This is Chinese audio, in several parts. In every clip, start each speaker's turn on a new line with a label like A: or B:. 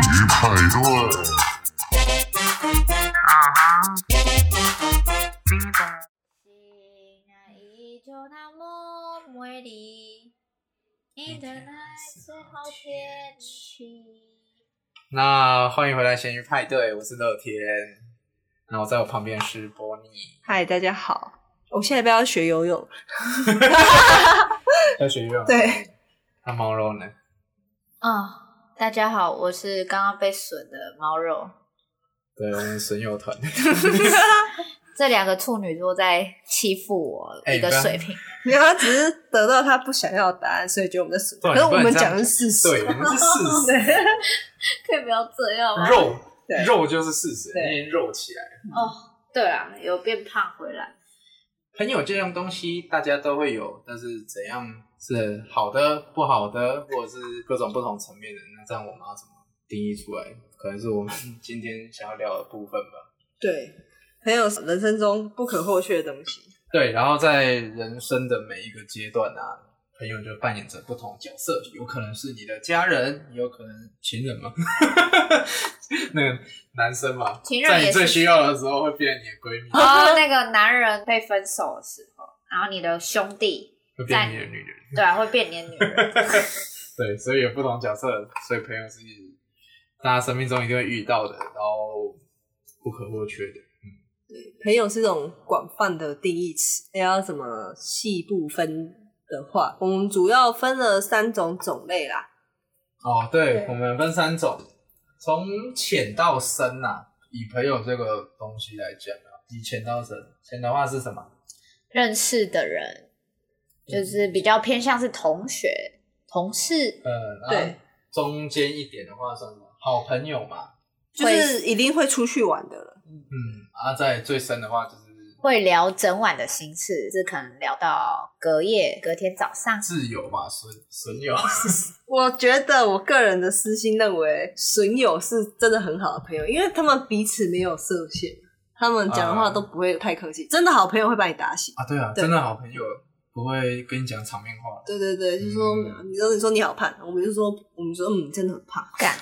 A: 排队。
B: 依旧那么美丽，你的爱是好天气。
C: 那欢迎回来咸鱼派对，我是乐天。那我在我旁边是波尼，
D: 嗨，大家好，我现在不要学游泳，
C: 要学游泳。
D: 对，
C: 那猫肉呢？
B: 啊，大家好，我是刚刚被损的猫肉。
C: 对我们损友团，
B: 这两个处女座在欺负我
C: 哎
B: 一个
C: 不要
B: 水平，
D: 没有，他只是得到他不想要的答案，所以觉得我们在损。
C: 对
D: 可是我
C: 你不
D: 们
C: 能这样
D: 讲的是事实，啊
C: 对，我们是事实，
B: 可哎以不要这样吗？
C: 肉
D: 对
C: 肉就是事实，
D: 对
C: 已经肉起来了。
B: 对啊，有变胖回 来。
C: 朋友这样东西大家都会有，但是怎样是好的、不好的，或者是各种不同层面的，那这样我们要怎么定义出来？可能是我们 今天想要聊的部分吧。
D: 对，很有人生中不可或缺的东西。
C: 对，然后在人生的每一个阶段啊，朋友就扮演着不同角色，有可能是你的家人，也有可能情人嘛， 那个男生嘛，
B: 情人
C: 在
B: 也
C: 你
B: 是
C: 最需要的时候会变成你的闺蜜，
B: 然后哦那个男人被分手的时候，然后你的兄弟，
C: 会变成你的女人。
B: 对啊，会变你的女人。
C: 对，所以有不同角色，所以朋友是大家生命中一定会遇到的，然后不可或缺的。
D: 朋友是这种广泛的定义词，要怎么细部分的话，我们主要分了三种种类啦。
C: 哦，对
D: 对，
C: 我们分三种，从浅到深呐、以朋友这个东西来讲啊，以浅到深，浅的话是什么？
B: 认识的人就是比较偏向是同学、同事，
C: 呃，
D: 对，
C: 中间一点的话算什么？好朋友嘛，
D: 就
B: 会
D: 是一定会出去玩的了。
C: 嗯，啊，在最深的话就是
B: 会聊整晚的心事，是可能聊到隔夜、隔天早上。
C: 挚友嘛，损损友。 啊
D: 我觉得我个人的私心认为，损友是真的很好的朋友，因为他们彼此没有设限，他们讲的话
C: 啊
D: 都不会太客气。真的好朋友会把你打醒。
C: 啊，对啊，
D: 对
C: 真的好朋友不会跟你讲场面话的。
D: 对对对，就说
C: 嗯
D: 你说你说你好胖，我们就说我们说嗯，你真的很胖。
B: 干，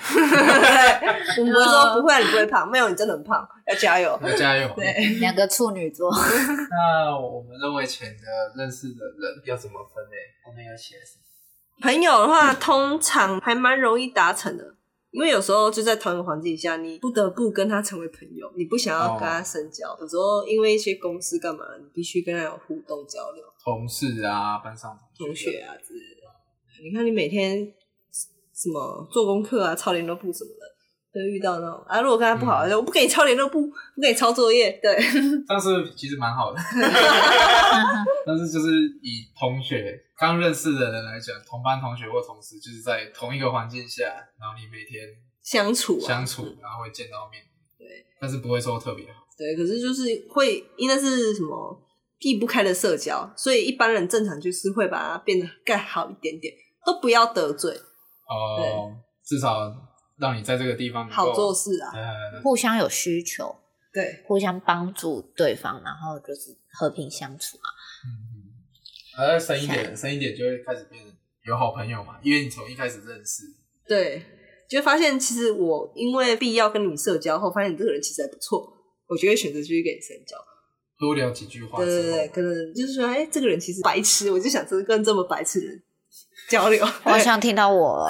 D: 我们不会说不会啊，你不会胖，没有，你真的很胖，要加油。
C: 要加油！
D: 对，
B: 两个处女座，
C: 那我们认为浅的认识的人要怎么分类？后面要写什么？
D: 朋友的话，通常还蛮容易达成的，因为有时候就在同一个环境下，你不得不跟他成为朋友，你不想要跟他深
C: 哦
D: 交。有时候因为一些公司干嘛，你必须跟他有互动交流，
C: 同事啊，班上
D: 同学啊之类的。你看你每天什么做功课啊、抄联络簿什么的。都遇到那种啊，如果跟他不好，
C: 嗯
D: 就我不给你抄联络簿，不给你抄作业，对，
C: 这样是其实蛮好的。但是就是以同学刚认识的人来讲，同班同学或同事，就是在同一个环境下，然后你每天
D: 相处啊，
C: 相处，然后会见到面，对，但是不会说特别好。
D: 对，可是就是会，因为那是什么避不开的社交，所以一般人正常就是会把它变得更好一点点，都不要得罪，
C: 哦，至少让你在这个地方能够
D: 好做。事啊。
C: 呃，
B: 互相有需求，
D: 对，
B: 互相帮助对方，然后就是和平相处啊嘛。
C: 嗯，呃，深一点，深一点就会开始变成有好朋友嘛，因为你从一开始认识，
D: 对，就会发现其实我因为必要跟你社交后，发现你这个人其实还不错，我就会选择继续跟你深交。
C: 多聊几句话
D: 对对
C: 之后，
D: 对，可能就是说，哎、这个人其实白痴，我就想跟跟这么白痴的人交流。
B: 我想听到我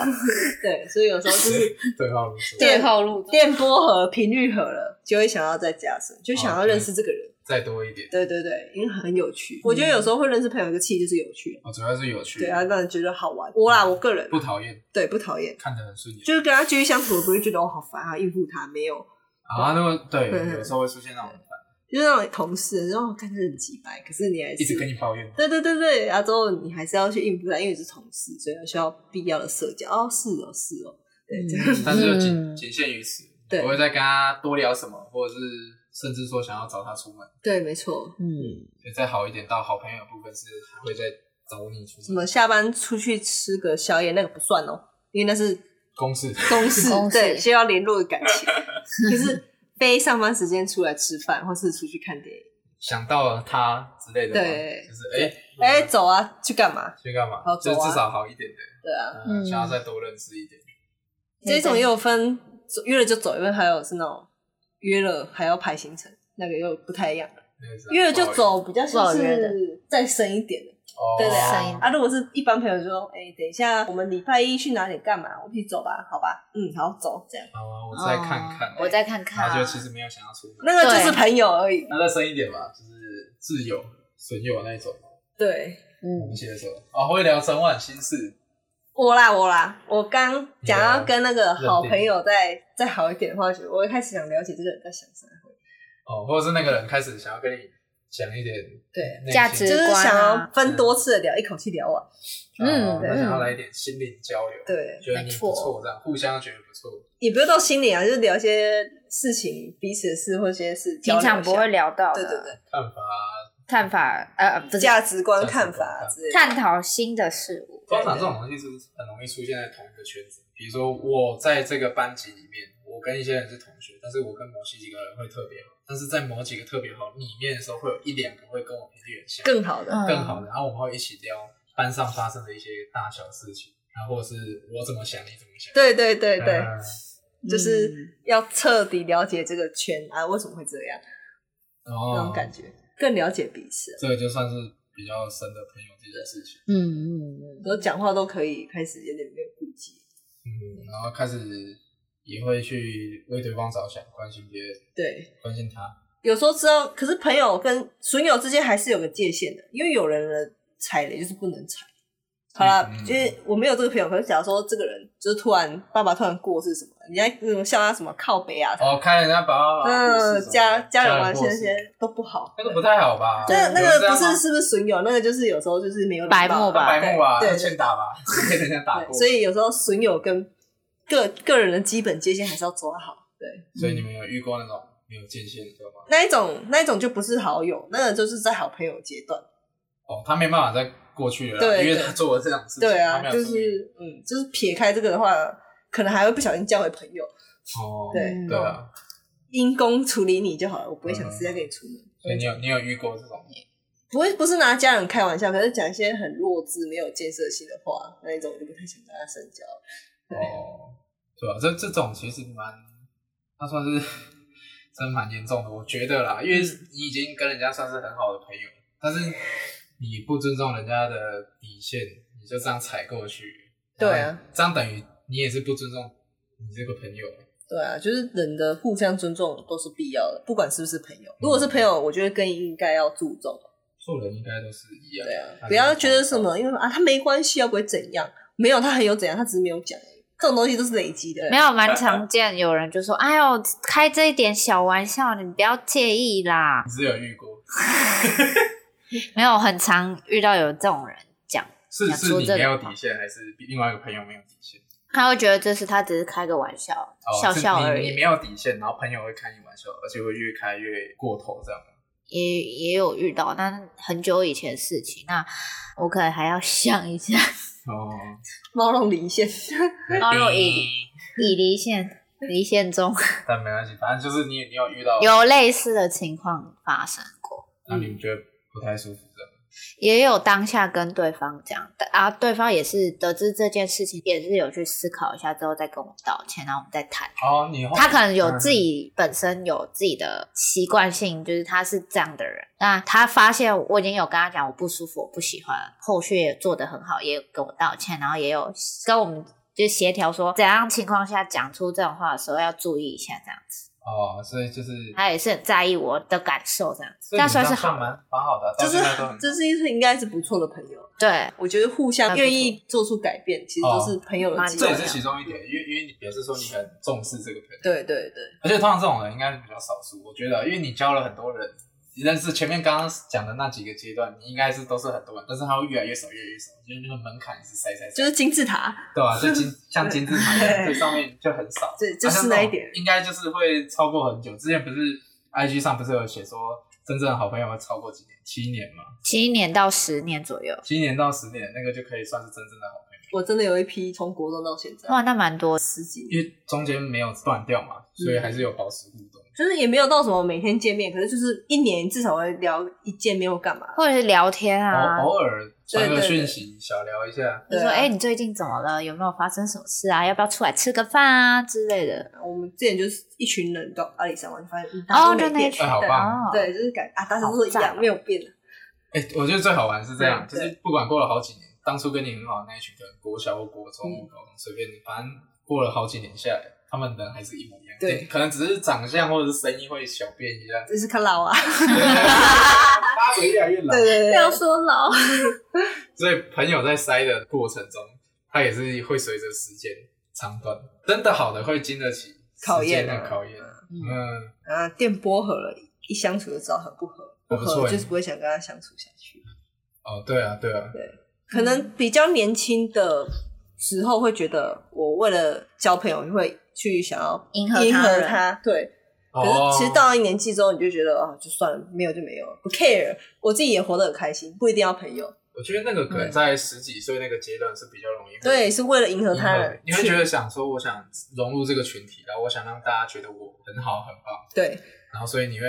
D: 对，所以有时候就是
C: 对号入座，
D: 对
B: 号入座，
D: 电波和频率合了，就会想要再加深，就想要认识这个人。
C: 再多一点。
D: 对对对，因为很有趣。我觉得有时候会认识朋友一个气就是有趣，
C: 哦，主嗯要是有趣，
D: 对啊，让人觉得好玩。我啦，我个人
C: 不讨厌，
D: 对不讨厌，
C: 看得很顺眼。
D: 就是跟他继续相处，我不会觉得我好烦啊，应付他没有，
C: 啊，那么对，
D: 对
C: 有时候会出现那种
D: 就是那种同事，然后看着很急白，可是你还是
C: 一直跟你抱怨，
D: 对对对对，然后之后你还是要去应付他，因为你是同事，所以要需要必要的社交。哦，是哦，是哦，对，这样
C: 但是就
B: 嗯
C: 仅仅限于此，
D: 对
C: 不会再跟他多聊什么，或者是甚至说想要找他出门。
D: 对，没错。
B: 嗯，
C: 所以再好一点，到好朋友的部分是还会再找你出
D: 什么
C: 门。
D: 下班出去吃个宵夜那个不算哦，因为那是
C: 公事？
D: 公事，
B: 公事
D: 对，需要联络的感情，
B: 嗯
D: 就是非上班时间出来吃饭，或是出去看电影。
C: 想到了他之类的吗，
D: 对
C: 就是哎
D: 哎、走啊，去干嘛？
C: 去干嘛
D: 好？
C: 就
D: 走啊
C: 至少好一点的，
D: 对啊，
C: 嗯
B: 嗯
C: 想要再多认识一点。
D: 这种也有分走约了就走，因为还有是那种约了还要排行程，那个又不太一样。
C: 那个是
D: 约了就走，比较
B: 不
D: 像
B: 好约
D: 是再深一点的。
C: 哦，
D: 对对
B: 对
D: 啊，如果是一般朋友就说，哎、等一下我们礼拜一去哪里干嘛？我们一起走吧，好吧？嗯，好，走这样。
C: 好啊，我再看看，
B: 哦我再看看
C: 他
B: 啊。
C: 就其实没有想要出门，
D: 那个就是朋友而已。
C: 那再深一点吧，就是挚友、损友那一种。
D: 对，
C: 我
B: 嗯
C: 们，写的时候啊，会聊整晚心事，
D: 我啦我啦，我刚讲要跟那个
C: 定
D: 好朋友再再好一点的话，就我一开始想了解这个人在想啥，
C: 哦，或者是那个人开始想要跟你讲一点
D: 对，
C: 内心哦
B: 价值
D: 就是想要分
C: 嗯
D: 多次的聊，一口气聊完。
C: 哦
B: 嗯
C: 他想要
B: 嗯
C: 来一点心灵交流，，
D: 对，
C: 觉得你不
B: 没
C: 错，
B: 错
C: 这样互相觉得不错，
D: 也不是到心里啊，就是聊一些事情，彼此的事或一些事，
B: 平
D: 交
B: 常
D: 流一下
B: 不会聊到
D: 对
B: 的，
D: 对对，
C: 看法啊。
B: 看法呃不是
D: 价值观
C: 价值
D: 看
C: 观
D: 法之类的。
B: 探讨新的事物。
C: 通常这种东西是很容易出现在同一个圈子，比如说我在这个班级里面，我跟一些人是同学，但是我跟某几个人会特别好，但是在某几个特别好里面的时候，会有一两个会跟我频率很像，
D: 更好的，
B: 嗯
C: 更好的，然啊后我们会一起聊班上发生的一些大小事情，然后或者是我怎么想，你怎么想，
D: 对对对对，
C: 嗯
D: 就是要彻底了解这个圈啊，为什么会这样，那
C: 哦
D: 种，感觉，更了解彼此，
C: 这个就算是比较深的朋友这件事情。
B: 嗯嗯嗯，
D: 都讲话都可以开始有点没有顾忌。
C: 嗯，然后开始也会去为对方着想，关心别人，
D: 对，
C: 关心他。
D: 有时候知道，可是朋友跟损友之间还是有个界限的，因为有人的踩雷就是不能踩。好啦，
C: 嗯嗯
D: 就是我没有这个朋友，可是假如说这个人就是突然爸爸突然过世什么，人家那种笑他什么靠北啊，
C: 哦，看人家爸爸妈妈过
D: 嗯
C: 世什么的，
D: 家家人
C: 人
D: 玩
C: 过
D: 这
C: 世
D: 些都不好。
C: 那个不太好吧？
D: 那那
C: 有这
D: 个
C: 样
D: 不
C: 吗啊
D: 是是不是损友，那个就是有时候就是没有礼貌
B: 白目吧
C: 白目吧？
D: 对
C: 要
D: 对
C: 欠打吧？ 被人家打
D: 对
C: 过，
D: 所以有时候损友跟个个人的基本界限还是要抓好。对，
C: 所以你们有遇过那种没有界限的吗？
D: 那一种那一种就不是好友，那个就是在好朋友阶段。
C: 哦，他没办法再过去了啦，
D: 对
C: 因为
D: 对
C: 他做了这种事情，
D: 对
C: 他没
D: 啊，
C: 有
D: 就
C: 注意
D: 是嗯，就是撇开这个的话，可能还会不小心交回朋友，
C: 哦，
D: 对
C: 对啊，嗯
D: 因公处理你就好了，我不会想私下跟你出门。
C: 所以你有你有遇过这种
D: 不会不是拿家人开玩笑，可是讲一些很弱智、没有建设性的话，那一种我就不太想跟他深交。对
C: 哦，对吧、这这种其实蛮，那算是 真蛮严重的，我觉得啦，因为
D: 嗯
C: 你已经跟人家算是很好的朋友，但是你不尊重人家的底线，你就这样踩过去，
D: 对啊
C: 然后这样等于你也是不尊重你这个朋友。
D: 对啊，就是人的互相尊重都是必要的，不管是不是朋友。如果是朋友，我觉得更应该要注重。
C: 做人应该都是一样，
D: 对啊，
C: 还是
D: 不要觉得什么，因为啊，他没关系啊，不会怎样。没有，他很有怎样，他只是没有讲而已。这种东西都是累积的。
B: 没有，蛮常见有人就说：“哎呦，开这一点小玩笑，你不要介意啦。
C: 你是有遇过，”
B: 没有，很常遇到有这种人讲，
C: 是
B: 讲
C: 是
B: 出
C: 你
B: 这
C: 没
B: 个
C: 有
B: 话
C: 底线，还是另外一个朋友没有底线？
B: 他会觉得这是他只是开个玩笑，
C: 哦
B: 笑
C: 是
B: 笑
C: 你
B: 而
C: 你没
B: 已。
C: 有底线，然后朋友会开你玩笑，而且会越开越过头这样。
B: 也也有遇到，但很久以前的事情，那我可能还要想一下，
C: 哦，
D: 猫笼离线，
B: 猫肉一已离线，离线中
C: 但没关系，反正就是你你有遇到，
B: 有类似的情况发生过，
C: 那你们觉得不太舒服的，
B: 也有当下跟对方讲，但啊，对方也是得知这件事情，也是有去思考一下之后再跟我道歉，然后我们再谈。
C: 哦，你后
B: 他可能有自己本身有自己的习惯性，就是他是这样的人。那他发现我已经有跟他讲我不舒服，我不喜欢，后续也做得很好，也有跟我道歉，然后也有跟我们就协调说怎样情况下讲出这种话的时候要注意一下，这样子。
C: 哦，所以就是
B: 他也是很在意我的感受，这样子，
C: 所
B: 这
C: 以你
B: 样
C: 这
B: 算
C: 样
B: 是好
C: 蛮
B: 的。
C: 蛮好的，啊
D: 这
C: 到
D: 是
C: 现哦在都很
D: 这是一应该是不错的朋友。
B: 对，
D: 我觉得互相愿意做出改变，其实都是朋友的啊基
C: 这
D: 本
C: 也
B: 蛮重
C: 是其
B: 要
D: 养。
C: 中一点，因为因为你表示说你很重视这个朋友，
D: 对对对，
C: 而且通常这种人应该是比较少数，我觉得，因为你交了很多人，你认识前面刚刚讲的那几个阶段，你应该是都是很多人，但是他会越来越少，越来越少，因为那个门槛是塞塞塞，
D: 就是金字塔，
C: 对吧、啊就 金像金字塔一样，
D: 对
C: 最上面就很少，啊
D: 对， 就是
C: 好像
D: 那一
C: 种
D: 点。
C: 应该就是会超过很久。之前不是 IG 上不是有写说，真正的好朋友会超过几年？七年嘛，
B: 七年到十年左右，
C: 七年到十年，那个就可以算是真正的好朋友，
D: 我真的有一批从国中到现在
B: 哇，那蛮多的。
D: 十几年，
C: 因为中间没有断掉嘛，所以还是有保持互动。
D: 就是也没有到什么每天见面，可是就是一年至少会聊一见面或干嘛。
C: 哦
B: 或者是聊天啊，
C: 偶偶尔传
D: 嗯对
C: 个
D: 对
C: 讯息，小聊一下。
B: 就
D: 对
B: 说：“
D: 啊
B: 哎、你最近怎么了？有没有发生什么事啊？要不要出来吃个饭啊之类的
D: 我们之前就是一群人到阿里山玩，发现嗯？”
B: 哦，
D: 大
B: 就
D: 家都
B: 那一
D: 没变
B: 群
C: 哎好
B: 的
C: 棒
B: 哦，
D: 对，就是感啊，大家都是一
B: 好
D: 样，
B: 赞哦
D: 没有变的。
C: 哎、我觉得最好玩是这样，就
D: 对
C: 是不管过了好几年，当初跟你很好的那一群，可能国小或国中、
D: 嗯
C: 高中，随便你，反正过了好几年下来，他们人还是一模一样，
D: 对，
C: 可能只是长相或者是声音会小变一下
D: 就是 看老啊，
C: 八嘴越来越老。
D: 对对
B: 不
D: 对，
B: 说老，
C: 所以朋友在筛的过程中，他也是会随着时间长短，真的好的会经得起
D: 考
C: 时间
D: 验
C: 的
D: 啊
C: 考验。嗯，
D: 啊，电波合了，一相处就知道很不合，
C: 不
D: 不
C: 错
D: 合
C: 欸
D: 就是不会想跟他相处下去。
C: 哦，对啊，对啊，
B: 嗯
D: 可能比较年轻的时候会觉得，我为了交朋友会去想要
B: 迎合他
D: 迎合
B: 人
D: 他，对。可
C: 哦
D: 是其实到了一年纪之后，你就觉得啊，就算了，没有就没有，不 care。我自己也活得很开心，不一定要朋友。
C: 我觉得那个可能在十几岁那个阶段是比较容易
D: 嗯对，是为了迎合
C: 迎
D: 他
C: 合
D: 人
C: 的，，你会
D: 去
C: 觉得想说，我想融入这个群体，然后我想让大家觉得我很好很棒，
D: 对
C: 然后所以你会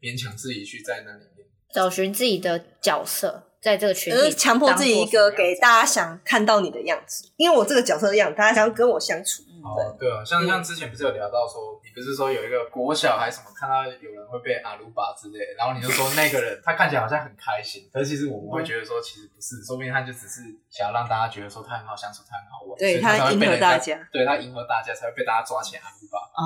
C: 勉强自己去在那里面。
B: 找寻自己的角色，在这个群
D: 而
B: 里
D: 是呃强迫自己一个给
B: 家
D: 大家想看到你的样子，因为我这个角色的样子，大家想要跟我相处。
C: 哦，对啊，
D: 嗯
C: 像像之前不是有聊到说，你不是说有一个国小还是什么，看到有人会被阿鲁巴之类的，然后你就说那个人他看起来好像很开心，但其实我们
D: 嗯
C: 会觉得说其实不是，说不定他就只是想要让大家觉得说他很好相处，他很好玩，所
D: 对
C: 以他才
D: 他
C: 会
D: 迎
C: 被
D: 合
C: 人家
D: 大家，
C: 对他迎合大家才会被大家抓起来阿鲁巴。
B: 哦，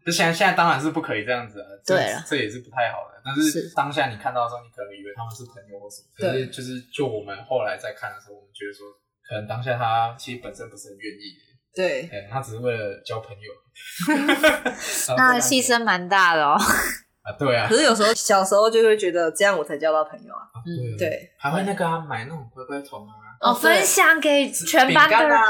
C: 就现在现在当然是不可以这样子啊，这
B: 对了
C: 这也是不太好的。但是
B: 是
C: 当下你看到的时候，你可能以为他们是朋友或什么，可是就是就我们后来在看的时候，我们觉得说，可能当下他其实本身不是很愿意的。
D: 对，
C: 嗯，他只是为了交 朋友，
B: 那牺牲蛮大的哦。
C: 啊，对啊，
D: 可是有时候小时候就会觉得这样我才交到朋友啊。
C: 嗯，
D: 对，
C: 还会那个啊，买那种乖乖桶啊，
B: 哦，
D: 哦对
B: 分享给全班
C: 饼
B: 的哎
C: 干
B: 人，
C: 啊，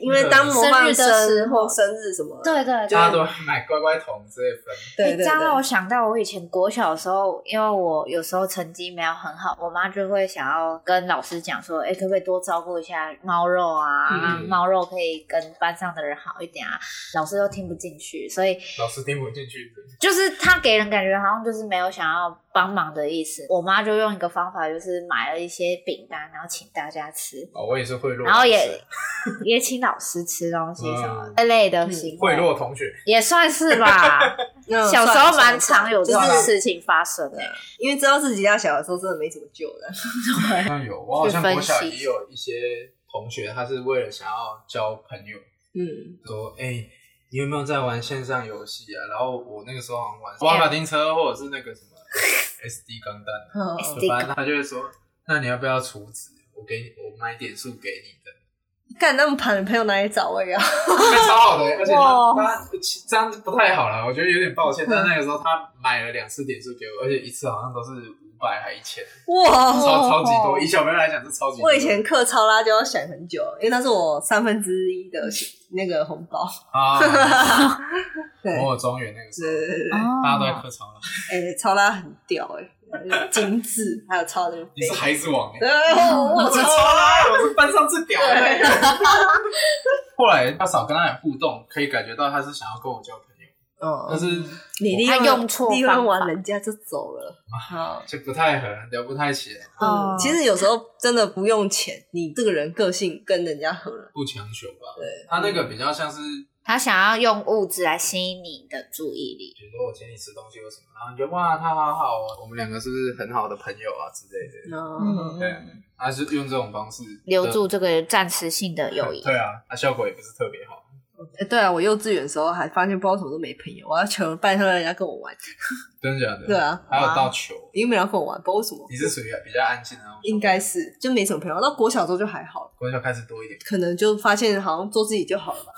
D: 因为当模范
B: 嗯生日的时
D: 生
B: 候
D: 或生日什么，
B: 对对
C: 大家
B: 对。
C: 都会买乖乖桶之类分，
D: 对
B: 你
D: 对
B: 这样让我
D: 对，
B: 想到，我以前国小的时候，因为我有时候成绩没有很好，我妈就会想要跟老师讲说，哎、可不可以多照顾一下猫肉啊？
C: 嗯
B: 猫肉可以跟班上的人好一点啊。老师都听不进去，所以
C: 老师听不进去，
B: 就是他给人感觉好像就是没有想要帮忙的意思。我妈就用一个方法，就是买了一些饼干，然后请大家吃，
C: 哦，我也是贿赂老师，
B: 然后也也请老师吃东西什么这类的行
C: 嗯贿
B: 为，
C: 赂嗯同学，
B: 也算是 吧。
D: 那
B: 小时候蛮常有这种
D: 就是
B: 事情发生的、
D: 因为知道自己要小的时候真的没怎么救的。
C: 好像有，我好像
B: 去分
C: 国小
B: 析
C: 也有一些同学，他是为了想要交朋友，
D: 嗯，
C: 说，哎、你有没有在玩线上游戏啊？然后我那个时候好像玩瓦卡丁车或者是那个什么 SD 钢弹，啊
D: 嗯
C: 就反正他就会说，那你要不要储值？我给你，我买点数给你的，
D: 干那么盘的朋友哪里找我呀？
C: 那超好的、而且他
B: 哇
C: 他其这样不太好了，我觉得有点抱歉。但是那个时候他买了两次点数给我，而且一次好像都是五百还一千，
D: 哇！
C: 超超级多。以小朋友来讲是超级多。
D: 我以前课超拉就要想很久，因为那是我三分之一的那个红包。
C: 啊，
D: 对，
C: 摩尔庄园那个时
D: 对
C: 候，
D: 对对对，
C: 大家都在客场了，
D: 哎，超拉很屌哎，精致，还有超哎那个
C: 你是孩子王、欸。
D: 对，我
C: 我是超拉，我是班上最屌的那个。 后来他少跟他有互动，可以感觉到他是想要跟我交朋友，但
D: 哦，
C: 是
D: 你利
B: 嗯他
D: 用
B: 用错
D: 利
B: 方
D: 用
B: 法
D: 完人家就走了。
C: 啊
D: 好，
C: 就不太合，聊不太起来，
B: 哦
D: 嗯，其实有时候真的不用钱，你这个人个性跟人家合了。
C: 不强求吧。
D: 对，
C: 他那个比较像是，比
B: 他想要用物质来吸引你的注意力。
C: 如说我请你吃东西或什么，然后你觉得哇，他好好哦，我们两个是不是很好的朋友啊之类的。
D: 嗯，
C: 对啊，他是用这种方式
B: 留住这个暂时性的友谊。
C: 对啊，他效果也不是特别好。
D: 哎对啊，我幼稚园的时候还发现不知道怎么都没朋友，我要求拜托人家跟我玩。
C: 真的假的？
D: 对啊
C: 还有到球，
D: 因为没人要跟我玩，不知道为什么，
C: 你是属于比较安静的那种，
D: 应该是就没什么朋友。到国小之后就还好，
C: 国小开始多一点。
D: 可能就发现好像做自己就好了吧。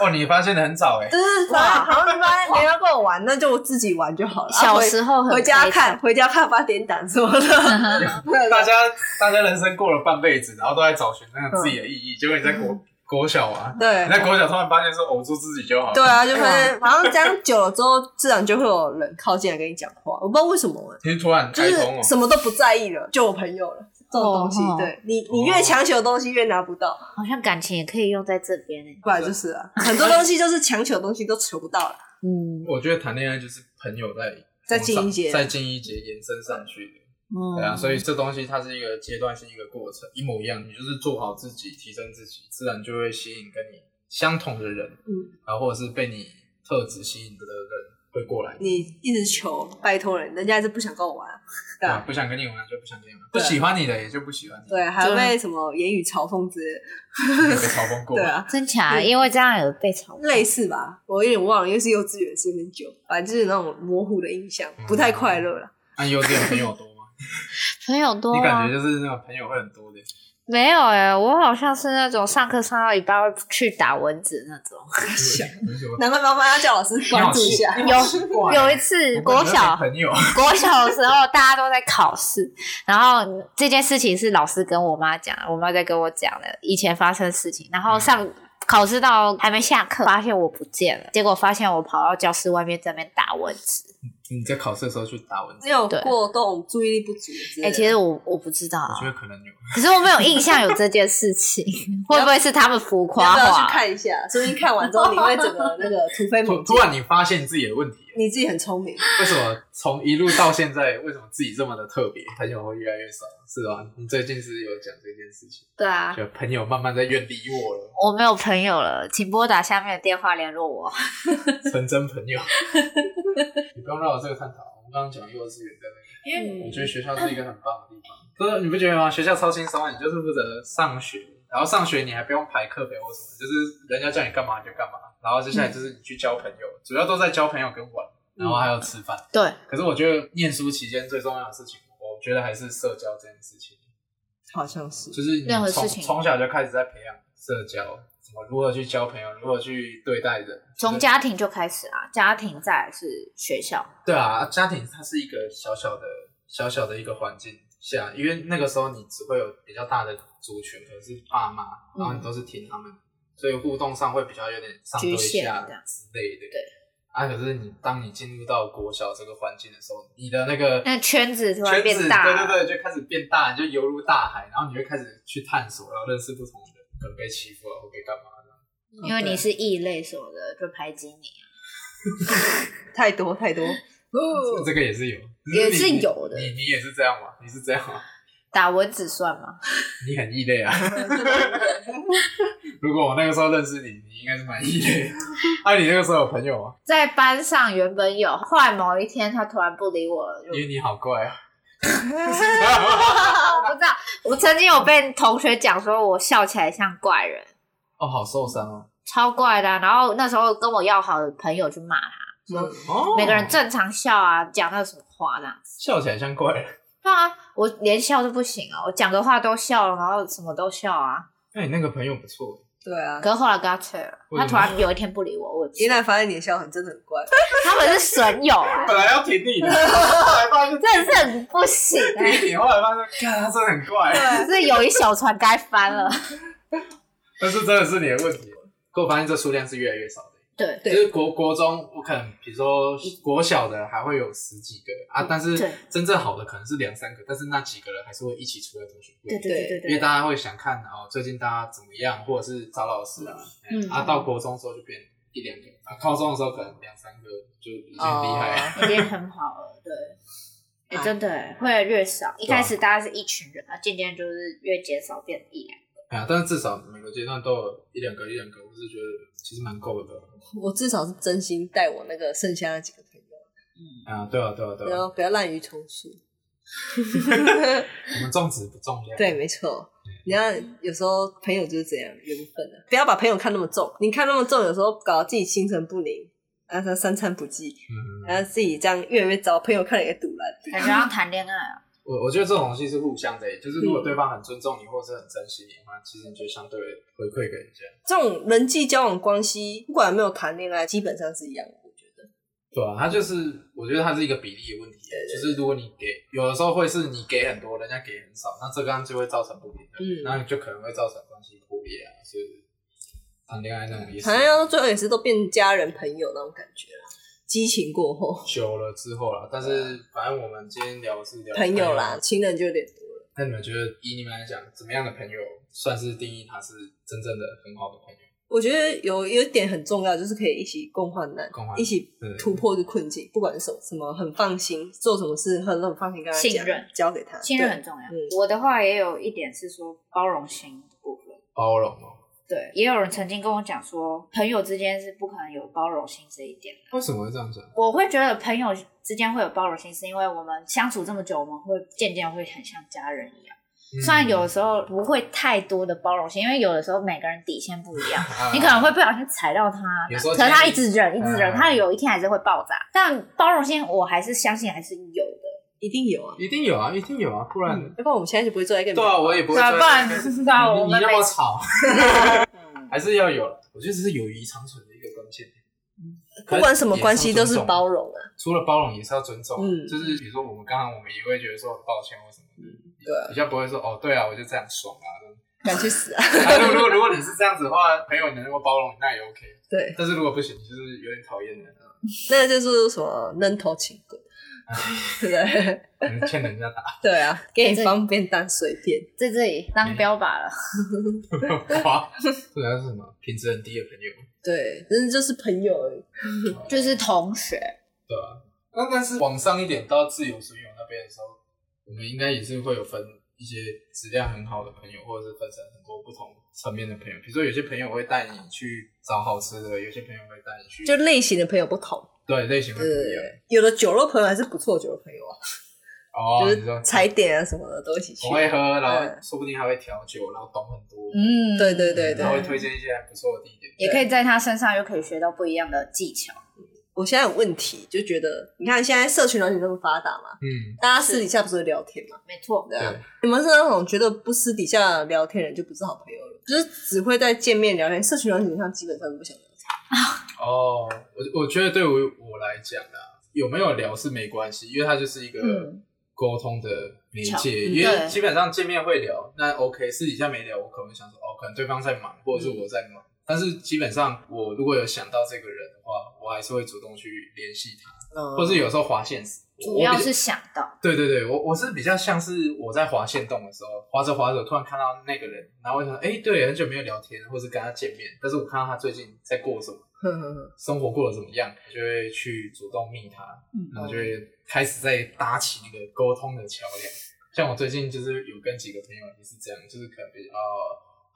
C: 哦，你发现的很早哎，
D: 就是
B: 哇
D: 好像发现没人要跟我玩，那就我自己玩就好了。
B: 小时候
D: 啊
B: 很
D: 回回家
B: 悲惨
D: 看，回家看八点档什么的。对
C: 大
D: 对
C: 家大家人生过了半辈子，然后都在找寻那个自己的意义，结果你在国国小啊，你
D: 嗯对
C: 在国小突然发现说，哦，做自己就好。
D: 对，啊，就发现好像这样久了之后，自然就会有人靠近来跟你讲话。我不知道为什么，欸
C: 其实突然
D: 就
C: 开
D: 是
C: 通哦，
D: 什么都不在意了，就有朋友了。这种东西
B: 哦，
D: 对你，你越强求的东西越拿不到，
B: 好像感情也可以用在这边欸诶、
D: 不然就是啊，很多东西就是强求的东西都求不到了。
B: 嗯，
C: 我觉得谈恋爱就是朋友在
D: 再近一阶
C: 再近一节延伸上去的。
B: 嗯
C: 对啊，所以这东西它是一个阶段性一个过程，一模一样，你就是做好自己，提升自己，自然就会吸引跟你相同的人，
D: 嗯，
C: 然后或者是被你特质吸引的人会过来，
D: 你一直求，拜托人，人家还是不想跟我玩，对
C: 对啊
D: 啊，
C: 不想跟你玩就不想跟你玩，不
D: 对
C: 喜欢你的也就不喜欢你，
D: 对，还
B: 对啊
D: 会什么言语嘲讽之类的，
C: 有被嘲讽过，
D: 对啊，
B: 真假？
D: 对
B: 因为这样有被炒，
D: 类似吧，我有点忘了，因为是幼稚园，是有点久，反正就是那种模糊的印象，
C: 嗯
D: 不太快乐 了。
C: 那你幼稚园朋友多吗？
B: 朋友 多啊
C: 你
B: 吗
C: 感觉？就是那种朋友会很多的，
B: 没有哎、我好像是那种上课上到一半会去打蚊子那 种。
D: 想
C: 你什么？
D: 难怪妈妈要叫老师
B: 嗯
D: 关注一下，
B: 有啊有一次国小
C: 朋友，
B: 国小的时候，大家都在考试，然后这件事情是老师跟我妈讲，我妈在跟我讲的以前发生的事情，然后上。考试到还没下课，发现我不见了，结果发现我跑到教室外面在那边打蚊子。
C: 你在考试的时候去打蚊子
D: 只，有
B: 对
D: 过动、注意力不足之
B: 哎、
D: 类的。
B: 其实我我不知道啊
C: 我，觉得可能有。
B: 可是我没有印象有这件事 情，会不会是他们浮
D: 你要
B: 夸啊
D: 不要去
B: 化？
D: 看一下？说不定看完之后你会整个那个突飞
C: 突
D: 猛进
C: 突，然你发现你自己的问题了，
D: 你自己很聪明。
C: 为什么从一路到现在，为什么自己这么的特别，朋友会越来越少？是吧？你最近是有讲这件事情，
B: 对啊，
C: 就朋友慢慢在远离我了，
B: 我没有朋友了，请拨打下面的电话联络我。
C: 成真朋友。你不用绕着这个探讨，我们刚刚讲幼稚园的那
D: 因
C: 个，
D: 为
C: 我觉得学校是一个很棒的地方。真的，你不觉得吗？学校超轻松啊，你就是负责上学，然后上学你还不用排课表或什么，就是人家叫你干嘛你就干嘛，然后接下来就是你去交朋友，主要都在交朋友跟玩，然后还有吃饭。
B: 对，
C: 可是我觉得念书期间最重要的事情，我觉得还是社交这件事情，
D: 好像是
C: 就是你
B: 任何
C: 从
B: 事情
C: 从小就开始在培养社交，怎么如何去交朋友，如何去对待人，
B: 从家庭就开始啊，家庭再来是学校。
C: 对啊，家庭它是一个小小的、小小的一个环境下，因为那个时候你只会有比较大的族群，可能是爸妈，
B: 嗯
C: 然后你都是听他们，所以互动上会比较有点上对
B: 局限
C: 下
B: 这样
C: 之类的。
B: 对。
C: 啊，可是你当你进入到国小这个环境的时候，你的那个
B: 那圈子突然
C: 圈
B: 变
C: 子
B: 大了
C: 对对对，就开始变大，你就犹如大海，然后你就开始去探索，然后认识不同的人，可能被欺负啊，或被干嘛的。
B: 因为你是异类什么的，就排挤你，
D: 太多太 多，
C: 这个也是有，
B: 哦也
C: 只你
B: 是有的
C: 你你也是这样吗？你是这样吗？
B: 打蚊子算吗？
C: 你很异类啊！如果我那个时候认识你，你应该是蛮异类的。 啊，你那个时候有朋友吗？
B: 在班上原本有，后来某一天他突然不理我了，就
C: 因为你好怪啊！
B: 啊我不知道。我曾经有被同学讲说我笑起来像怪人，
C: 哦，好受伤哦。
B: 超怪的啊、然后那时候跟我要好的朋友去骂他，说
C: 哦，
B: 每个人正常笑啊，讲那什么话这样子。
C: 笑起来像怪人。
B: 对啊，我连笑都不行啊，我讲个话都笑了，然后什么都笑啊。
C: 那哎你那个朋友不错，
D: 对啊。
B: 可是后来跟他退了，
C: 为
B: 他
C: 什么
B: 突然有一天不理我，我也不
D: 一
B: 知道
D: 旦发现你的笑很真的很怪，
B: 他们是损友啊，
C: 本来要挺你的， 后来发现
B: 真的是很不行哎、
C: 挺你，后来发现，看他真的很怪。
D: 啊
B: 只是有一小船该翻了。
C: 但是真的是你的问题。可我发现这数量是越来越少的，
B: 对
D: 对
C: 就是国国中，我可能比如说国小的还会有十几个啊，但是
B: 对
C: 真正好的可能是两三个，但是那几个人还是会一起出来同学会，
D: 对
B: 对
C: 因为大家会想看哦，最近大家怎么样，或者是找老师啊，
B: 嗯
C: 啊，到国中的时候就变一两个，啊，高中的时候可能两三个就已经厉害了。
D: 哦
B: 已经很好了，对。哎、
D: 哎
B: 真的哎会越少。一开始大家是一群人，啊，渐渐就是越减少变啊一两。
C: 哎呀、但是至少每个阶段都有一两个一两个，我是觉得其实蛮够的。
D: 我至少是真心带我那个剩下那几个朋友，
C: 啊，对啊，对啊，对
D: 然
C: 啊，
D: 后不要滥竽充数。
C: 我们重质不重量。
D: 对，没错。你要有时候朋友就是这样，缘分啊，不要把朋友看那么重。你看那么重，有时候搞得自己心神不宁，然后三餐不继，
C: 嗯，
D: 然后自己这样越来越糟，朋友看了也堵了。
B: 感觉像谈恋爱啊，
C: 我我觉得这种东西是互相的，就是如果对方很尊重你，或者是很珍惜你的话，其实你就相对回馈给人家。
D: 这种人际交往关系，不管有没有谈恋爱，基本上是一样的。我觉得
C: 对啊，它就是我觉得它是一个比例的问题，就是如果你给有的时候会是你给很多，人家给很少，那这个样就会造成不平衡，
D: 嗯
C: 那就可能会造成关系破裂啊，所以谈恋爱那种意思
D: 谈，恋爱到最后也是都变家人朋友那种感觉了，激情过后，
C: 久了之后啦，但是反正我们今天聊的是聊
D: 朋友
C: 哎
D: 啦，。情人就有点多了。
C: 那你们觉得以你们来讲，怎么样的朋友算是定义他是真正的很好的朋友？
D: 我觉得有有一点很重要，就是可以一起共患难，
C: 共患难
D: 一起
C: 啊对
D: 突破这困境，不管是什么什么，很放心，做什么事很很放心跟他
B: 信
D: 讲
B: 任，
D: 交给他，
B: 信任
D: 对
B: 很重要。
D: 嗯
B: 我的话也有一点是说包容心的部分。
C: 包容哦。
B: 对，也有人曾经跟我讲说，朋友之间是不可能有包容心这一点的。
C: 为什么会这样讲？
B: 我会觉得朋友之间会有包容心，是因为我们相处这么久，我们会渐渐会很像家人一样。
C: 嗯
B: 虽然有的时候不会太多的包容心，因为有的时候每个人底线不 一样，
C: 啊
B: 你可能会不小心踩到他，
C: 有时候
B: 可是他一直忍，一
C: 嗯
B: 直忍，他有一天还是会爆炸。但包容心，我还是相信还是有的。
D: 一定有啊，
C: 一定有啊，一定有啊，不然、
D: 嗯，要不然我们现在就不会坐在一个
C: 对啊，我也不会
B: 对啊，不
C: 在
B: 然
C: 那边
B: 知道
C: 你
B: 我
C: 你
B: 们
C: 那
B: 每
C: 么
B: 次
C: 吵，
B: 嗯
C: 还是要有了。我觉得这是友谊长存的一个关键。
D: 不管什么关系都
C: 可
D: 是
C: 也要尊重
D: 包容啊，
C: 除了包容也是要尊重，啊
D: 嗯
C: 就是比如说我们刚刚我们也会觉得说很抱歉或什
B: 嗯
C: 么的，
D: 对啊
C: 比较不会说哦对啊我就这样爽啊。
D: 敢去死啊，
C: 啊如果如果如果你是这样子的话，朋友你能够包容那也 OK，
D: 对，
C: 但是如果不行，你就是有点讨厌人啊，
D: 那就是什么扔头请滚，对不 对？
C: 可能欠人家打
D: 对啊，给
B: 哎这
D: 你方便蛋随便，
B: 在这里当标靶了。
C: 哇，这个是什么品质很低的朋友，
D: 对，真的就是朋友而已，
B: 就是同学，
C: 对吧、那但是往上一点到自由水友那边的时候，我们应该也是会有分一些质量很好的朋友，或者是分成很多不同层面的朋友。比如说有些朋友会带你去找好吃的，有些朋友会带你去
D: 就类型的朋友不同，
C: 对类型会
D: 对
C: 不
D: 对
C: 一样。
D: 对，有的酒肉朋友还是不错的酒肉朋友啊，
C: 哦，
D: 就
C: 你说
D: 是踩点啊什么的都一起去
C: 我，会喝，然后
D: 嗯
C: 说不定还会调酒，然后懂很多，
B: 嗯，
D: 对对对
C: 然后会
D: 对。
C: 推荐一些还不错的地点。
B: 也可以在他身上又可以学到不一样的技巧。
D: 我现在有问题，就觉得你看现在社群软体那么发达嘛，
C: 嗯，
D: 大家私底下不是会聊天嘛？
B: 没错，
D: 对啊
C: 对，
D: 你们是那种觉得不私底下聊天的人就不是好朋友了，就是只会在见面聊天，社群软体上基本上都不想聊天。
C: 哦，我我觉得对于我来讲啊，有没有聊是没关系，因为它就是一个
B: 嗯
C: 沟通的媒
B: 桥
C: 介。
D: 嗯
C: 因为
B: 对
C: 基本上见面会聊，那 OK，私底下没聊，我可能会想说，哦，可能对方在忙，或者
B: 嗯
C: 是我在忙。但是基本上，我如果有想到这个人的话，我还是会主动去联系他，
D: 嗯，
C: 或是有时候划线时，我
B: 哦主要
C: 我比较
B: 是想到，
C: 对对对，我我是比较像是我在滑线动的时候，滑着滑着突然看到那个人，然后我想说，哎，对，很久没有聊天，或是跟他见面，但是我看到他最近在过什么，
D: 呵呵呵
C: 生活过得怎么样，我就会去主动密他，
B: 嗯
C: 然后就会开始在搭起那个沟通的桥梁。像我最近就是有跟几个朋友也是这样，就是可能比较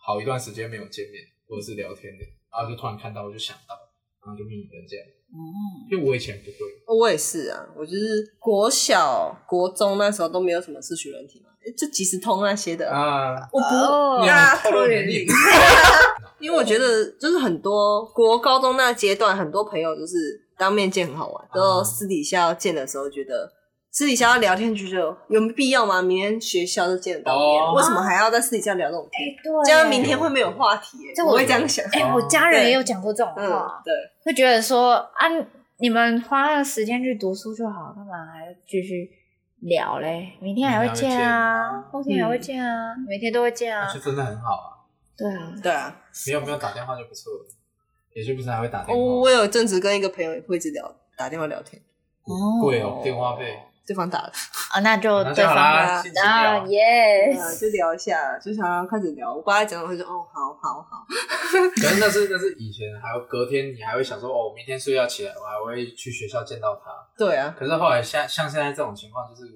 C: 好一段时间没有见面或者是聊天的，然后就突然看到我就想到，然后就密人这样，
B: 嗯，
C: 因为我以前不会，
D: 我也是啊，我就是国小、国中那时候都没有什么社群软体嘛，就即时通那些的。
C: 啊，
D: 我
B: 哦
D: 不，
C: 你
D: 大
C: 透露年龄
D: 因为我觉得就是很多国高中那阶段，很多朋友就是当面见很好玩，然
C: 啊
D: 后私底下要见的时候觉得。私底下要聊天就觉得有必要吗？明天学校就见得到面了，
C: 哦
D: 为什么还要在私底下聊这种天？
B: 哎，对，
D: 这样明天会没有话题耶、
B: 这我
D: 我会这样想。
B: 哎、我家人也有讲过这种
D: 嗯
B: 话，，
D: 对，
B: 会觉得说啊，你们花了时间去读书就好，干嘛还要继续聊嘞？明天还会见啊，后天还会见啊，每天都会见啊
C: 那，就真的很好啊。
B: 对啊，
D: 对啊，
C: 没有没有打电话就不错了，也就不是还会打电话，
D: 我我有一阵子跟一个朋友也会一直聊打电话聊天，
C: 贵哦，电话费。
D: 对方打的，
B: 啊，那就
C: 那
B: 对
C: 就好
B: 方
C: 啦，
D: 啦
C: 心情
B: 啊
C: 聊
B: 耶，
D: 呃就聊一下，就想要开始聊。我跟他讲，我就哦，好好好，
C: 可是那是那是以前，还有隔天你还会想说，哦，我明天睡觉起来，我还会去学校见到他。
D: 对啊，
C: 可是后来像像现在这种情况，就是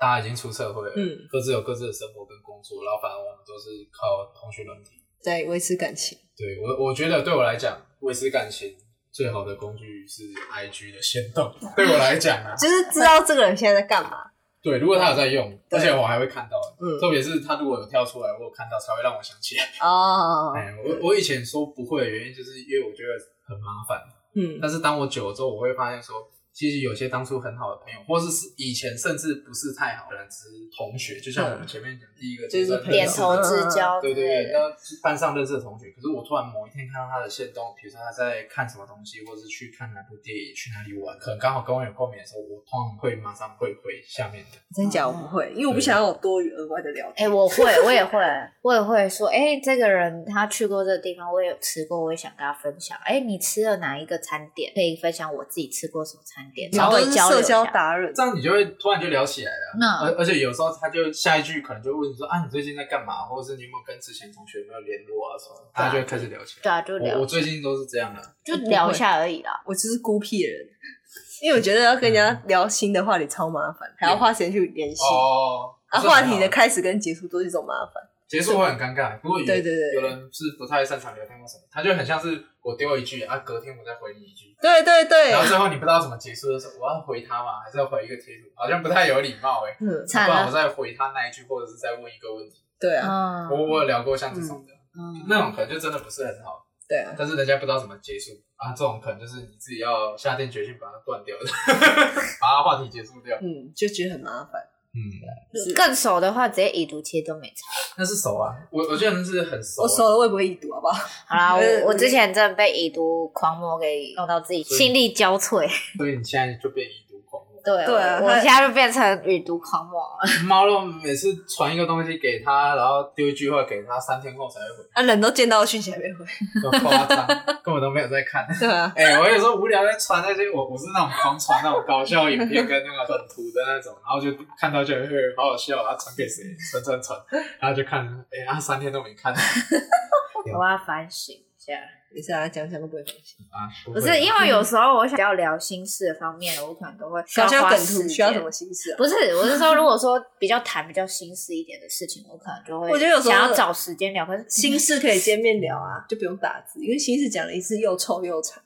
C: 大家已经出社会了，
D: 嗯，
C: 各自有各自的生活跟工作，然后反正我们都是靠通讯软体。
D: 在维持感情。
C: 对我，我觉得对我来讲，维持感情最好的工具是 IG 的先 动。对我来讲啊，
D: 就是知道这个人现在在干嘛。
C: 对，如果他有在用，而
D: 对
C: 且我还会看到，
D: 嗯
C: 特别是他如果有跳出来，我有看到，才会让我想起来。
D: 哦，
C: 哎、我我以前说不会的原因，就是因为我觉得很麻烦。
D: 嗯
C: 但是当我久了之后，我会发现说，其实有些当初很好的朋友，或是是以前甚至不是太好的人，只是同学，就像我们前面讲第一个
D: 就是
C: 阶段
D: 朋友
B: 点
C: 认识的
B: 头之交之
C: 嗯对
B: 类的，
C: 对对，那班上认识的同学，可是我突然某一天看到他的线动，比如说他在看什么东西，或者是去看哪部电影，去哪里玩，可能刚好跟我有共鸣的时候，我通常会马上会回下面的。
D: 真假我不会，因为我不想要有多余额外的聊
B: 哎、
D: 天。
B: 我会，我 也会，我也会说，哎、这个人他去过这个地方，我也有吃过，我也想跟他分享。哎、你吃了哪一个餐点？可以分享我自己吃过什么餐餐点，
D: 你们
B: 稍
D: 嗯都
B: 微
D: 是
B: 交流
D: 社
B: 一下
D: 交。达人
C: 这，样你就会突然就聊起来了。
B: 那
C: 而而且有时候他就下一句可能就问你说啊，你最近在干嘛？或者是你有没有跟之前同学有没有联络啊什么？他就会开始聊起来。
B: 对啊，就
C: 我
B: 聊
C: 我最近都是这样的、
B: 就聊一下而已啦。
D: 我就是孤僻的人，因为我觉得要跟人家聊新的话题超麻烦，还要花时间去联系。
C: 嗯哦，
D: 啊，
C: 这很好
D: 话题的开始跟结束都是一种麻烦。
C: 结束会很尴尬。如果有
D: 对对对
C: 有人是不太擅长聊天或什么，他就很像是我丢一句啊，隔天我再回你一句，
D: 对对对
C: 然，后最后你不知道怎么结束的时候，我要回他吗？还是要回一个贴图？好像不太有礼貌哎、欸。
D: 嗯，
B: 惨
C: 不然我
B: 了，
C: 再回他那一句，或者是再问一个问题。
D: 对啊，
B: 嗯
C: 我我有聊过像这种的，
B: 嗯
C: 那种可能就真的不是很好。
D: 对啊，
C: 但是人家不知道怎么结束啊，这种可能就是你自己要下定决心把它断掉， 把它话题结束掉。
D: 嗯，就觉得很麻烦。
C: 嗯，
D: 是
B: 更熟的话，直接已读其实都没差。
C: 那是熟啊，我我觉得是很熟、啊。
D: 我熟了，我也不会已读，好不好？
B: 好啦，
D: 呃
B: 我我之前真的被已读狂魔给弄到自己
C: 所以
B: 心力交瘁。
C: 所以你现在就变已读狂魔。
B: 对
D: 对啊
B: 我
D: 他
B: 我现在就变成已读狂魔了。
C: 猫肉每次传一个东西给他，然后丢一句话给他，三天后才会回，
D: 啊，人都见到讯息还没回。
C: 就夸 张，根本都没有在看。
D: 对啊，
C: 哎、我有时候无聊在传那些，我我是那种狂传那种搞笑影片跟那个梗图的那种，然后就看到就会好好笑，然后传给谁，传传传，然后就看，哎、他三天都没 看。啊有
B: 我要反省一下，
D: 没事啊，讲讲都不会分析。
C: 啊，
B: 不
C: 会
B: 是因为有时候我想要聊心事的方面，我可能都会
D: 需要
B: 花
D: 梗
B: 时
D: 图，
B: 间
D: 需要什么？形式啊？
B: 不是，我是说，如果说比较谈比较心事一点的事情，我可能就会
D: 我觉得有时候
B: 想要找时间聊，可是
D: 心事可以见面聊啊， 就不用打字，因为心事讲了一次又臭又长。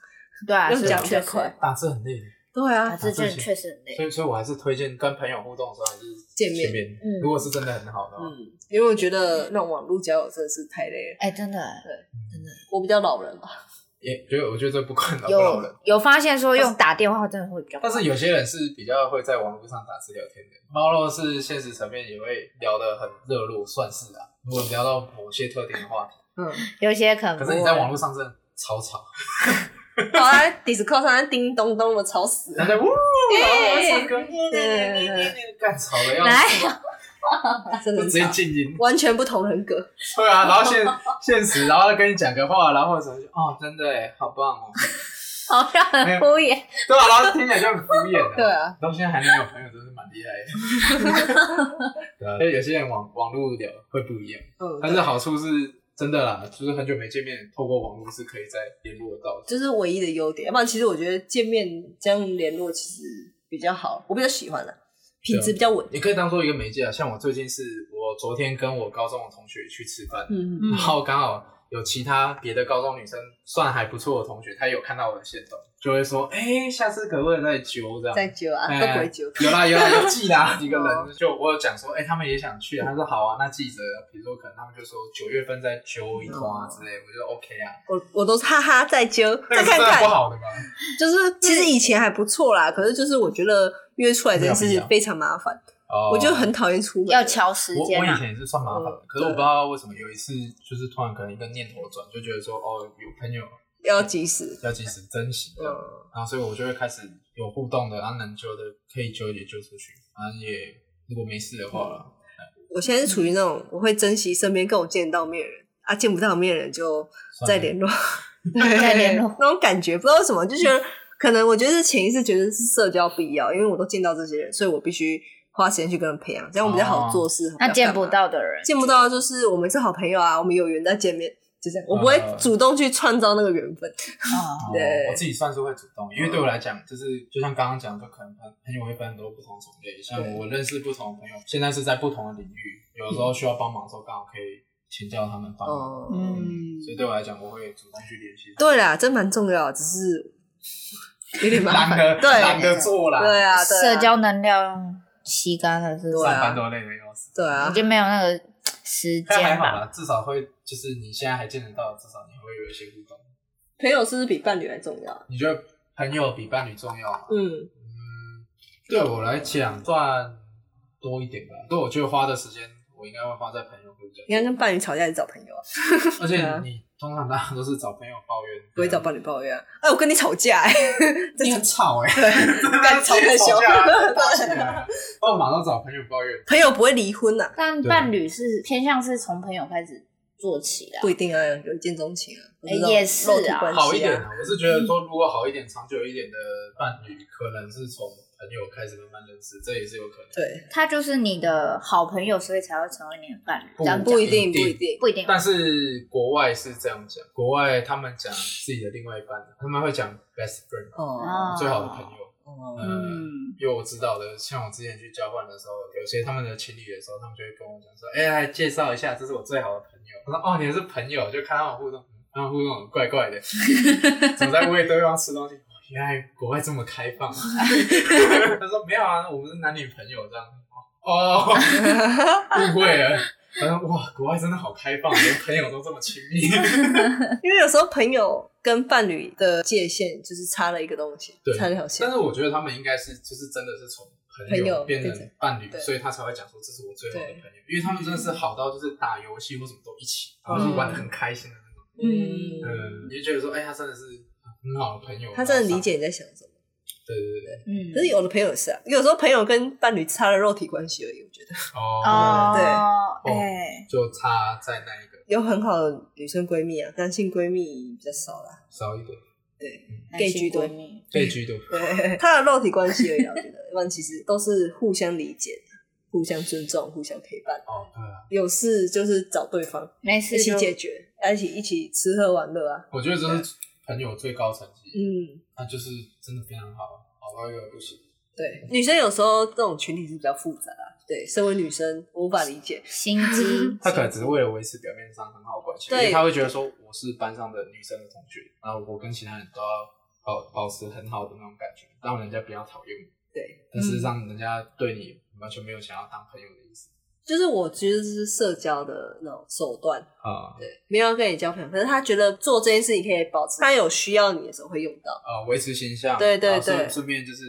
B: 对啊，
D: 用
B: 是
D: 讲
B: 确
D: 比较快
B: 实，
C: 打字很累，
D: 对
B: 打
D: 啊，
B: 字真
C: 打
B: 的
C: 字
B: 确实很累
C: 所。以所以我还是推荐跟朋友互动的时候还是
D: 见面
C: 见面
B: 嗯
C: 如果是真的很好的话，
D: 嗯，因为我觉得那种网络交友真的是太累了。
B: 哎，真的
D: 我比较老人吧，
C: 也觉得我觉得这不困扰不扰人
B: 有。有发现说用打电话真的会比较快，
C: 但是有些人是比较会在网络上打字聊天的，猫肉是现实层面也会聊得很热络，算是啊。如果聊到某些特定的话题，
D: 嗯，
B: 有些可能
C: 可
B: 不
C: 是
B: 会
C: 你在网络上真的超吵，
D: 跑在啊 Discord 上在叮咚咚的吵死
C: 然
D: 了。哎
C: 后在呜，然后在唱歌，
D: 对
C: 干吵的要
B: 哪
C: 死，
D: 真
C: 就
D: 的
C: 直
D: 是
C: 接
D: 吵
C: 静音。
D: 完全不同人格。
C: 对啊，然后现现实，然后跟你讲个话，然后或者就哦，真的耶好棒哦，
B: 好像很敷衍。
C: 对啊，然后听起来就很敷衍啊
D: 对啊，
C: 到现在还没有朋友，真是蛮厉害的。对啊，所以有些人网网络聊会不一样，
D: 嗯，
C: 但是好处是真的啦，就是很久没见面，透过网络是可以再联络到的。
D: 就是唯一的优点。要不然其实我觉得见面这样联络其实比较好，我比较喜欢的，品质比较稳。
C: 你可以当做一个媒介啊，像我最近是我昨天跟我高中的同学去吃饭，
D: 嗯
B: 嗯
C: 然后刚好有其他别的高中女生算还不错的同学，她有看到我的线动，就会说，哎、下次可不可以再揪这样？
D: 再揪啊，
C: 哎
D: 都不会揪。哦
C: 有啦有啦有记 啦，几个人就我有讲说，哎、他们也想去，他说好啊，那记着，比如说可能他们就说九月份再揪一团啊之类，我觉得 OK 啊，
D: 我我都是哈哈再揪，
C: 那 个是
D: 再
C: 真
D: 看
C: 的
D: 看
C: 不。好的嘛，嗯
D: 就是其实以前还不错啦，可是就是我觉得约出来这件事情非常麻烦，
C: 哦
D: 我就很讨厌出门。
B: 要瞧时
C: 我
B: 间啊
D: 啊
C: 我以
B: 嘛，
C: 前也是算麻烦
D: 嗯
C: 的，可是我不知道为什么有一次就是突然可能一个念头转，就觉得说哦有朋友
D: 要及时。
C: 要及时珍惜这样，
D: 嗯
C: 然后所以我就会开始有互动的，然后能揪的可以揪也揪出去，反正也如果没事的话啦，
D: 我现在是处于那种我会珍惜身边跟我见到面的人啊，见不到面的人就
C: 算了
D: 再联络，
B: 再联络
D: 那种感觉，不知道为什么就觉得，可能我觉得是潜意识觉得是社交必要，因为我都见到这些人，所以我必须花时间去跟人培养，这样我比较
C: 哦
D: 好做事。
B: 那见不
D: 比较干嘛
B: 到的 人，
D: 见不到就是我们是好朋友啊，我们有缘再见面，就这样，我不会
C: 嗯
D: 主动去创造那个缘分。
B: 哦
D: 对
C: 我自己算是会主动，因为对我来讲，就是就像刚刚讲，就可能朋朋友会分很多不同种类，像
D: 对
C: 我认识不同的朋友，现在是在不同的领域，有时候需要帮忙的时候，刚好可以请教他们帮忙。
D: 嗯，
B: 嗯
C: 所以对我来讲，我会主动去联系。
D: 对啦，这蛮重要的，只是有点麻
C: 懒
D: 烦。
C: 得
D: 对
C: 懒得做啦，
D: 对啊，对啊
B: 社交能量吸干了，是不
D: 对
B: 是？
D: 啊
C: 上班都累得要死。
D: 对
B: 我
D: 啊，
B: 就没有那个时
C: 但还
B: 间
C: 好
B: 吧。
C: 啦，至少会就是你现在还见得到，至少你会有一些互动。
D: 朋友是不是比伴侣还重要？
C: 你觉得朋友比伴侣重要吗？
D: 嗯，
C: 嗯，对我来讲算多一点吧。对，我觉得花的时间我应该会花在朋友会比较多
D: 你看跟伴侣吵架还是找朋友啊，
C: 而
D: 对
C: 且
D: 啊
C: 你通常大家都是找朋友抱怨，
D: 不会找伴侣抱怨啊。哎，我跟你吵架，哎，
C: 你很吵哎、欸， 啊
D: 干吵更凶。
C: 我马上找朋友抱怨，
D: 朋友不会离婚呐、啊
B: 但
C: 对
B: 伴侣是偏向是从朋友开始做起的啊。
D: 不一定啊，有一见钟情啊，不知道
B: 也是啊
D: 肉体关系啊
C: 好一点啊，我是觉得说，如果好一点、长久一点的伴侣，可能是从朋友开始慢慢认识，这也是有可能。
D: 对，
B: 他就是你的好朋友，所以才会成为你的伴侣。
C: 不
B: 这样
D: 不
B: 讲
D: 一定，
C: 一
D: 不
C: 定
D: 一定，
B: 不一定，
C: 但是国外是这样讲，国外他们讲自己的另外一半，他们会讲 best friend，、
D: 哦
B: 哦
C: 最好的朋友。
D: 哦，
C: 嗯，
B: 嗯，
C: 因为我知道的，像我之前去交换的时候，有些他们的情侣的时候，他们就会跟我讲说：“哎、来介绍一下，这是我最好的朋友。”我说：“哦，你们是朋友。”就看他们互动，嗯他们互动很怪怪的，怎么在喂对方吃东西？哦原来国外这么开放。啊他说：“没有啊，我们是男女朋友这样。”哦，误会了。他说：“哇，国外真的好开放，连朋友都这么亲密。
D: 因为有时候朋友跟伴侣的界限就是差了一个东西
C: 对，
D: 差了一条”线
B: 嗯
C: 但。是我觉得他们应该是就是真的是从朋
D: 朋友
C: 友变
D: 变
C: 成
D: 成
C: 伴侣，
D: 对
C: 所以他才会讲说这是我最好的
D: 对
C: 朋友，因为他们真的是好到就是打游戏或什么都一起，然后就玩的很开心的那种。
B: 嗯
C: 嗯，你就觉得说，哎、他真的是很好的朋友，
D: 他真的理。解你在想什么。
C: 对对对，
B: 嗯
D: 可是有的朋友也是啊，有时候朋友跟伴侣差了肉体关系而已，我觉得
C: 哦，
B: 哦，
C: 对
B: 哎，
C: 就差在那一个
D: 有很好的女生闺蜜啊，男性闺蜜比较少 啦。
C: 少一点，
B: 男
D: gay
B: 性
D: 居多
B: 闺蜜，
C: 被居
D: 哦
C: 多。
D: 对，他的肉体关系而已啊，我觉得，不然其实都是互相理解、互相尊重、互相陪伴，
C: 哦，对啊，
D: 有事就是找对方
B: 没
D: 一
B: 事
D: 起
B: 就
D: 解决，一起一起吃喝玩乐啊。
C: 我觉得这是朋友最高层级，
D: 嗯，
C: 那就是真的非常好，好到一个不行。，
D: 对，女生有时候这种群体是比较复杂啊。对，身为女生，我无法理解。
B: 心机
C: 他可能只是为了维持表面上很好的关系，因
D: 对
C: 为他会觉得说我是班上的女生的同学，然后我跟其他人都要保保持很好的那种感觉，让人家不要讨厌我。
D: 对，嗯
C: 但事实上，人家对你完全没有想要当朋友的意思
D: 就是我觉得这是社交的那种手段，
C: 啊
D: 对，没有要跟你交朋友，可是他觉得做这件事情可以保持，他有需要你的时候会用到，
C: 啊，维持形象，
D: 对对
C: 然后顺
D: 对
C: 顺便就是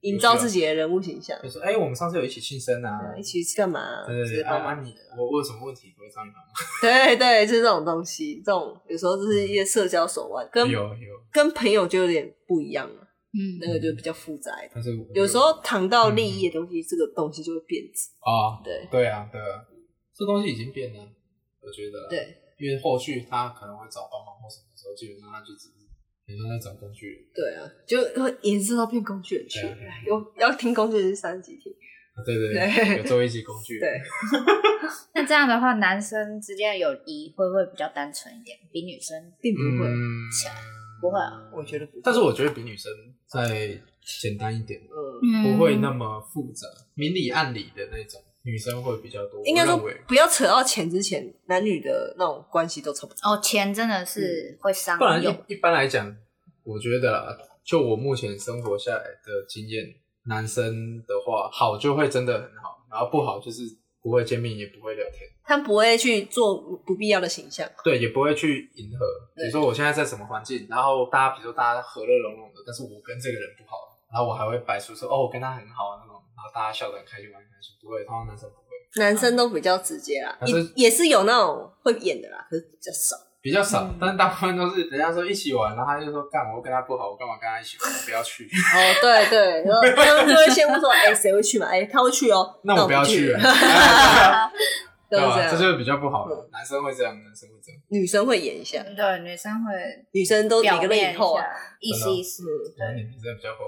D: 营造自，己的人物形象，
C: 就说哎，我们上次有一起庆生啊，
D: 一起去干嘛？
C: 对
D: 就
C: 对对，
D: 是
C: 啊
D: 帮忙
C: 啊你我我有什么问题我会找你帮忙，
D: 对对，就是这种东西，这种有时候就是一些社交手腕，跟
C: 有有，
D: 跟朋友就有点不一样了，
B: 嗯
D: 那个就比较复杂一点。
C: 但是我
D: 有时候谈到利益的东西，这个东西就会变质。
C: 啊，
D: 对
C: 对啊对啊，这东西已经变了，我觉得
D: 对
C: 因为后续他可能会找帮忙或什么的时候，基本上他就只是你像在找工具人。
D: 对啊，就会延伸到变工具人去哎
C: 对啊对啊。
D: 有要听工具人是三级听，
C: 啊对对
D: 对
C: 有做一级工具人。
D: 对，
B: 那这样的话，男生之间的友谊会不会比较单纯一点，比女生
D: 并不会，
C: 嗯，
B: 不会啊
D: 我觉得不会。
C: 但是我觉得比女生再简单一点，
B: 嗯
D: 嗯，
C: 不会那么复杂，明里暗里的那种，女生会比较多。
D: 应该说
C: 我认为
D: 不要扯到钱之前，男女的那种关系都差不多。
B: 哦，钱真的是会伤
C: 嗯不然
B: 友，
C: 一一般来讲，我觉得啦，就我目前生活下来的经验，男生的话好就会真的很好，然后不好就是不会见面，也不会聊天。
D: 他不会去做不必要的形象。
C: 对，也不会去迎合。比
D: 对
C: 如说我现在在什么环境，然后大家比如说大家和乐融融的，但是我跟这个人不好，然后我还会摆出说哦，我跟他很好啊那种，然后大家笑得很开心，玩得很开心。不会，通常男生不会，
D: 男生都比较直接啦，
C: 男
D: 也
C: 生
D: 也是有那种会演的啦，可是比较少。
C: 比较少，
B: 嗯
C: 但是大部分都是人家说一起玩，然后他就说干，我跟他不好，我干嘛跟他一起玩？我不要去，
D: 哦，对对，然后他们就会先问说，哎、谁会去嘛？哎、他会去哦，
C: 那我不要去
D: 去
C: 了，
D: 对
C: 吧
D: 这
C: 这
D: 样。
C: 就是比较不好了。男生会这样，男生会这样。
D: 女生会演一下，
B: 对，女生会
D: 女生都
B: 表
D: 每个人
B: 面
D: 以
B: 一
D: 后啊，
B: 下，意
C: 真
B: 思
C: 的哦
B: 意思，
C: 男女真的比较厚。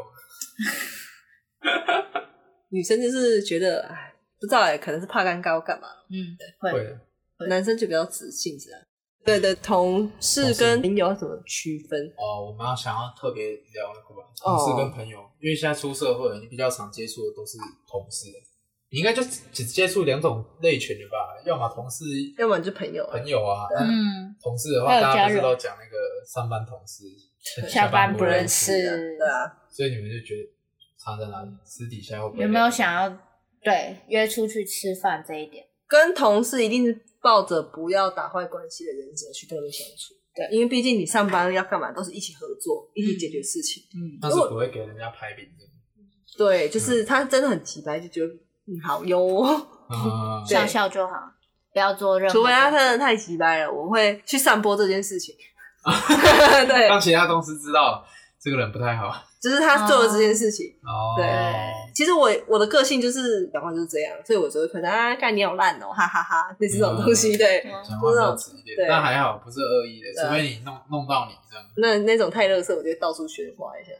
D: 女生就是觉得，哎，不知道哎、可能是怕尴尬或干嘛，
B: 嗯，会
C: 啊会，的，
B: 对
D: 男生就比较直性子啊。对对，同事跟朋友要怎么区分？
C: 哦，我们要想要特别聊那个吧，
D: 哦
C: 同事跟朋友，因为现在出社会，你比较常接触的都是同事，你应该就只只接触两种类群的吧，要么同事，
D: 要么就朋友啊
C: 朋友啊，那
B: 嗯，
C: 同事的
B: 还
C: 话，
B: 有
C: 大
B: 家
C: 家不是
B: 人
C: 都讲那个上班同事，
B: 下班
C: 不
B: 不认识
D: 对啊对啊，
C: 所以你们就觉得差在哪里？私底下会不会
B: 有没有想要对约出去吃饭这一点？
D: 跟同事一定是抱着不要打坏关系的原则去跟他们相处。
B: 对
D: 因为毕竟你上班要干嘛，都是一起合作，一起解决事情。
B: 嗯，
C: 但是不会给人家拍饼的？
D: 对，就是他真的很急白，就觉得嗯好哟、
C: 啊，
D: 对
B: 笑笑就好，不要做任何，
D: 除非他真的太
B: 啊
D: 急掰了，我会去散播这件事情。对
C: 让其他同事知道这这个人不太好
D: 就是他做了这件事
B: 啊
D: 情。
C: 哦
D: 对其实我我的个性就是讲话就是这样，所以我就会可能啊，干你好烂哦，哈哈哈，类似这种东西。
B: 嗯
D: 对，
C: 讲话比较直一点，
D: 对
C: 但还好不是恶意的，
D: 对
C: 除非你弄弄到你这样。
D: 那那种太热色，我就到处喧哗一下。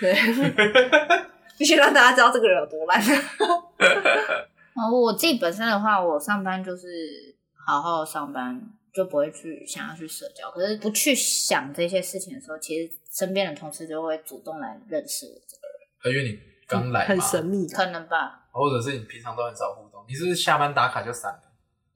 D: 对， 必须让大家知道这个人有多烂。啊
B: 哦，我自己本身的话，我上班就是好好上班，就不会去想要去社交。可是不去想这些事情的时候，其实身边的同事就会主动来认识我这个
C: 因为你刚来
D: 很
C: 嘛，
D: 神秘
B: 人，可能吧？
C: 或者是你平常都很少互动，你是不是下班打卡就散了？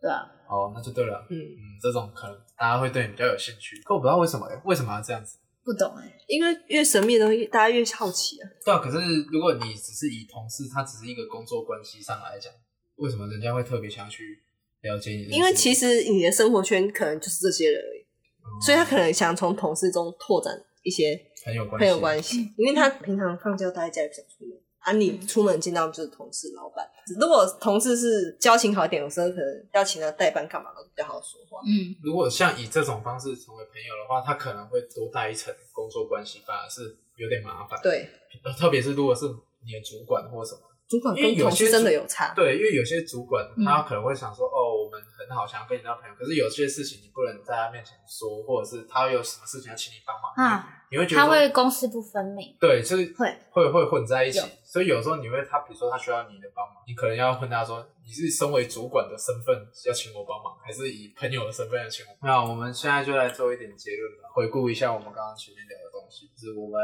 B: 对啊，
C: 哦，那就对了。
D: 嗯，
C: 嗯，这种可能大家会对你比较有兴趣，可我不知道为什么、欸，为什么要这样子？
B: 不懂哎、
D: 因为越神秘的东西，大家越好奇啊。
C: 对啊，可是如果你只是以同事，他只是一个工作关系上来讲，为什么人家会特别想要去了解你？
D: 因为其，实你的生活圈可能就是这些人而已，
C: 哦
D: 所以他可能想从同事中拓展一些
C: 很有关系，
D: 朋友关系，因为他平常放假待在家里不想出门啊，你出门见到就是同事、老板。如果同事是交情好一点，有时候可能要请他代班干嘛都比较好说话。
B: 嗯，
C: 如果像以这种方式成为朋友的话，他可能会多带一层工作关系，反而是有点麻烦。，
D: 对，
C: 呃特别是如果是你的主管或什么，
D: 主管
C: 因
D: 跟
C: 为有
D: 同
C: 些
D: 事真的
C: 主
D: 有差，
C: 对，因为有些主管
B: 嗯
C: 他可能会想说，哦，我们很好，想要跟你当朋友，可是有些事情你不能在他面前说，或者是他有什么事情要请你帮忙，
B: 啊，
C: 你会觉得
B: 他
C: 说
B: 会公私不分明，
C: 对，就是
B: 会
C: 会会混在一起
B: 有，
C: 所以有时候你会他，比如说他需要你的帮忙，你可能要问他说，你是身为主管的身份要请我帮忙，还是以朋友的身份要请我帮忙？那我们现在就来做一点结论吧，回顾一下我们刚刚前面聊的东西，就是我们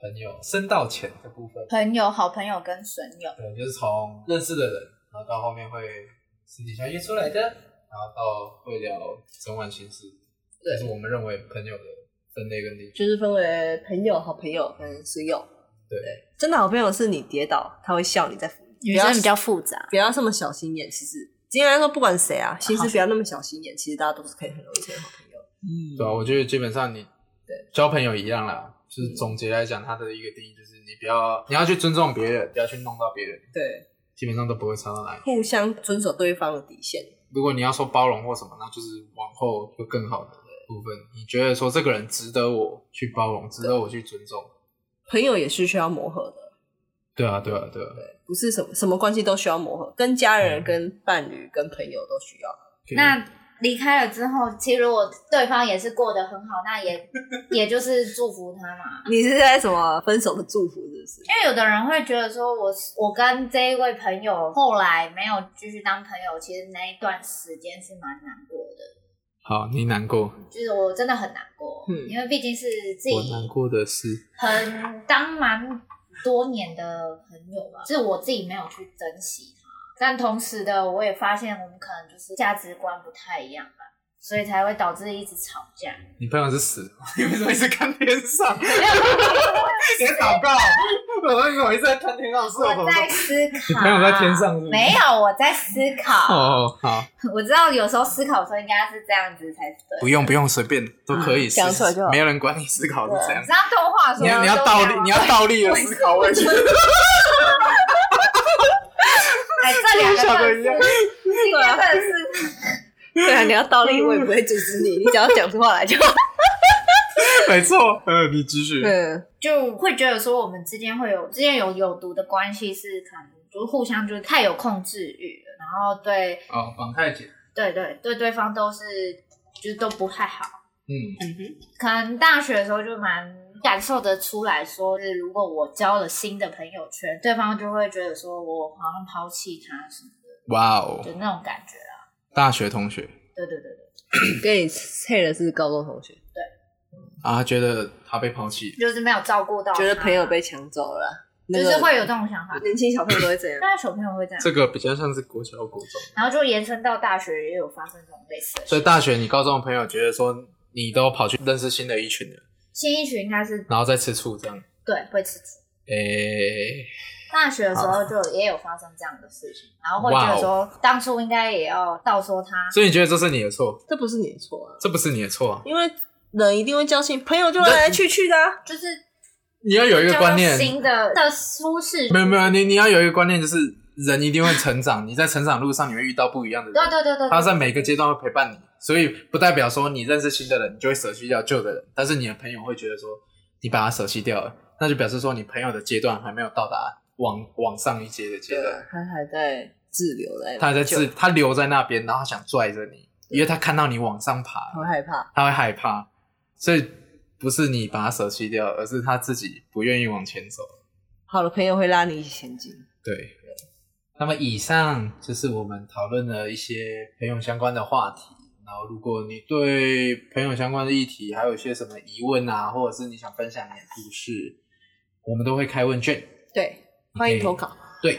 C: 朋友深到浅的部分，
B: 朋友、好朋友跟损友，
C: 对，就是从认识的人，然后到后面会私底下约出来的，然后到会聊整晚心事，这是我们认为朋友的分类跟定义。
D: 就是分为朋友、好朋友跟损友。
C: 对，
D: 真的好朋友是你跌倒，他会笑你在扶你，
B: 女
D: 不要
B: 生比较复杂，
D: 不要这么小心眼。其实今天来说，不管谁啊，其实不要那么小心眼，其实大家都是可以很容易成为好朋友。嗯
C: 对啊，我觉得基本上你
D: 对
C: 交朋友一样啦，就是总结来讲，它的一个定义就是你不要你要去尊重别人，不要去弄到别人，
D: 对，
C: 基本上都不会差到哪里。
D: 互相遵守对方的底线。
C: 如果你要说包容或什么，那就是往后有更好的部分。你觉得说这个人值得我去包容，值得我去尊重？
D: 朋友也是需要磨合的，
C: 对啊，对啊，对啊。
D: 不是什么什么关系都需要磨合，跟家人、
C: 嗯
D: 跟伴侣、跟朋友都需要。
B: 那离开了之后，其实如果对方也是过得很好，那也也就是祝福他嘛。
D: 你是在什么分手的祝福，是不是？
B: 因为有的人会觉得说我，我跟这一位朋友后来没有继续当朋友，其实那一段时间是蛮难过的，
C: 好，你难过，
B: 就是我真的很难过，
D: 嗯
B: 因为毕竟是自
C: 我
B: 己
C: 难过的是，
B: 很当蛮多年的朋友吧，是我自己没有去珍惜他，但同时的我也发现我们可能就是价值观不太一样吧，所以才会导致一直吵架。
C: 你朋友是死的吗？ 你为什么一直看天 上？你在祷告？啊我以为我一直在看天上，是
B: 我
C: 我
B: 在思考，
C: 朋友在天上是不是
B: 没有，我在思考。
C: 哦，好，
B: 我知道有时候思考的时候应该是这样子才对。
C: 不用不用，随便都可以，
D: 嗯讲出来就好啊
C: 没有人管你思考
B: 对
C: 是怎样
B: 你。知道动画的时候啊
C: 你要你要
B: 都
C: 倒
B: 这
C: 立
B: 样，吗
C: 你要倒立的 思考问题。
B: 哎，这两个
C: 像
B: 真
C: 个
B: 的
C: 一样
B: 是，啊今天真的是
D: 对啊，你要倒立，我也不会阻止你，你只要讲出话来就好。
C: 没错，呃，你继续
D: 嗯，
B: 就会觉得说我们之间会有之间有有毒的关系，是可能就是互相就是太有控制欲了，然后对
C: 哦，绑太紧，
B: 对对对对方都是就是都不太好。
C: 嗯，
B: 可能大学的时候就蛮感受得出来说，是如果我交了新的朋友圈，对方就会觉得说我好像抛弃他什么
C: 哇
B: 的，
C: 哦，
B: 就那种感觉啊。
C: 大学同学
B: 对对对对，
D: 跟你配的是高中同学，
C: 啊，觉得他被抛弃，
B: 就是没有照顾到他，
D: 觉得朋友被抢走了啦，那
B: 就
D: 个
B: 是会有这种想法。
D: 年轻小朋友都会这样。
B: 大概小朋友会这样，
C: 这个比较像是国小国中，
B: 然后就延伸到大学也有发生这种类似的
C: 所以
B: 事。
C: 大学你高中的朋友觉得说你都跑去认识新的一群人，
B: 新一群应该是
C: 然后再吃醋这样，
B: 对会吃醋，
C: 诶，
B: 大学的时候就也有发生这样的事情，然后会觉
C: 哦
B: 得说当初应该也要倒说他，
C: 所以你觉得这是你的错？
D: 这不是你的错啊，
C: 这不是你的错啊！
D: 因为人一定会交心，朋友就来来去去的、啊。
B: 就是
C: 你要有一个
B: 交
C: 观
B: 到
C: 念，
B: 新的的舒适，
C: 没有没有，你你要有一个观念，就是人一定会成长，你在成长路上你会遇到不一样的人，
B: 对啊对对对，
C: 他在每个阶段会陪伴你，所以不代表说你认识新的人，你就会舍弃掉旧的人，但是你的朋友会觉得说，你把它舍弃掉了，那就表示说你朋友的阶段还没有到达往往上一阶的阶
D: 对
C: 段，
D: 啊，他还在滞留在，
C: 他还在自他留在那边，然后他想拽着你，因为他看到你往上爬，
D: 很害怕，
C: 他会害怕，所以不是你把他舍弃掉，而是他自己不愿意往前走。
D: 好的朋友会拉你一起前进。
C: 对，那么以上就是我们讨论了一些朋友相关的话题。然后，如果你对朋友相关的议题还有一些什么疑问啊，或者是你想分享你的故事，我们都会开问卷。
D: 对，欢迎投稿。
C: 对，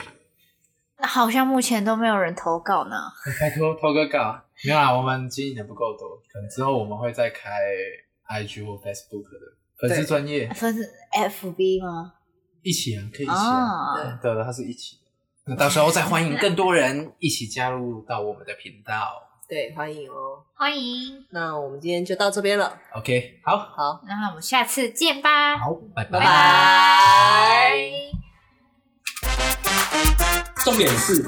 B: 那好像目前都没有人投稿呢。
C: 拜托投个稿。没有啦，啊我们经营的不够多，可能之后我们会再开 IG 或 Facebook 的粉丝
D: 对
C: 专业，
B: 分是 FB 吗？
C: 一起啊，可以一起啊。
B: 哦，
C: 对的，它是一起的。那到时候再欢迎更多人一起加入到我们的频道。
D: 对，欢迎哦。
B: 欢迎，
D: 那我们今天就到这边了，
C: OK，好，
D: 好，
B: 那我们下次见吧，
C: 好，拜
D: 拜
C: 拜。
D: 拜。
B: 拜
C: 重点是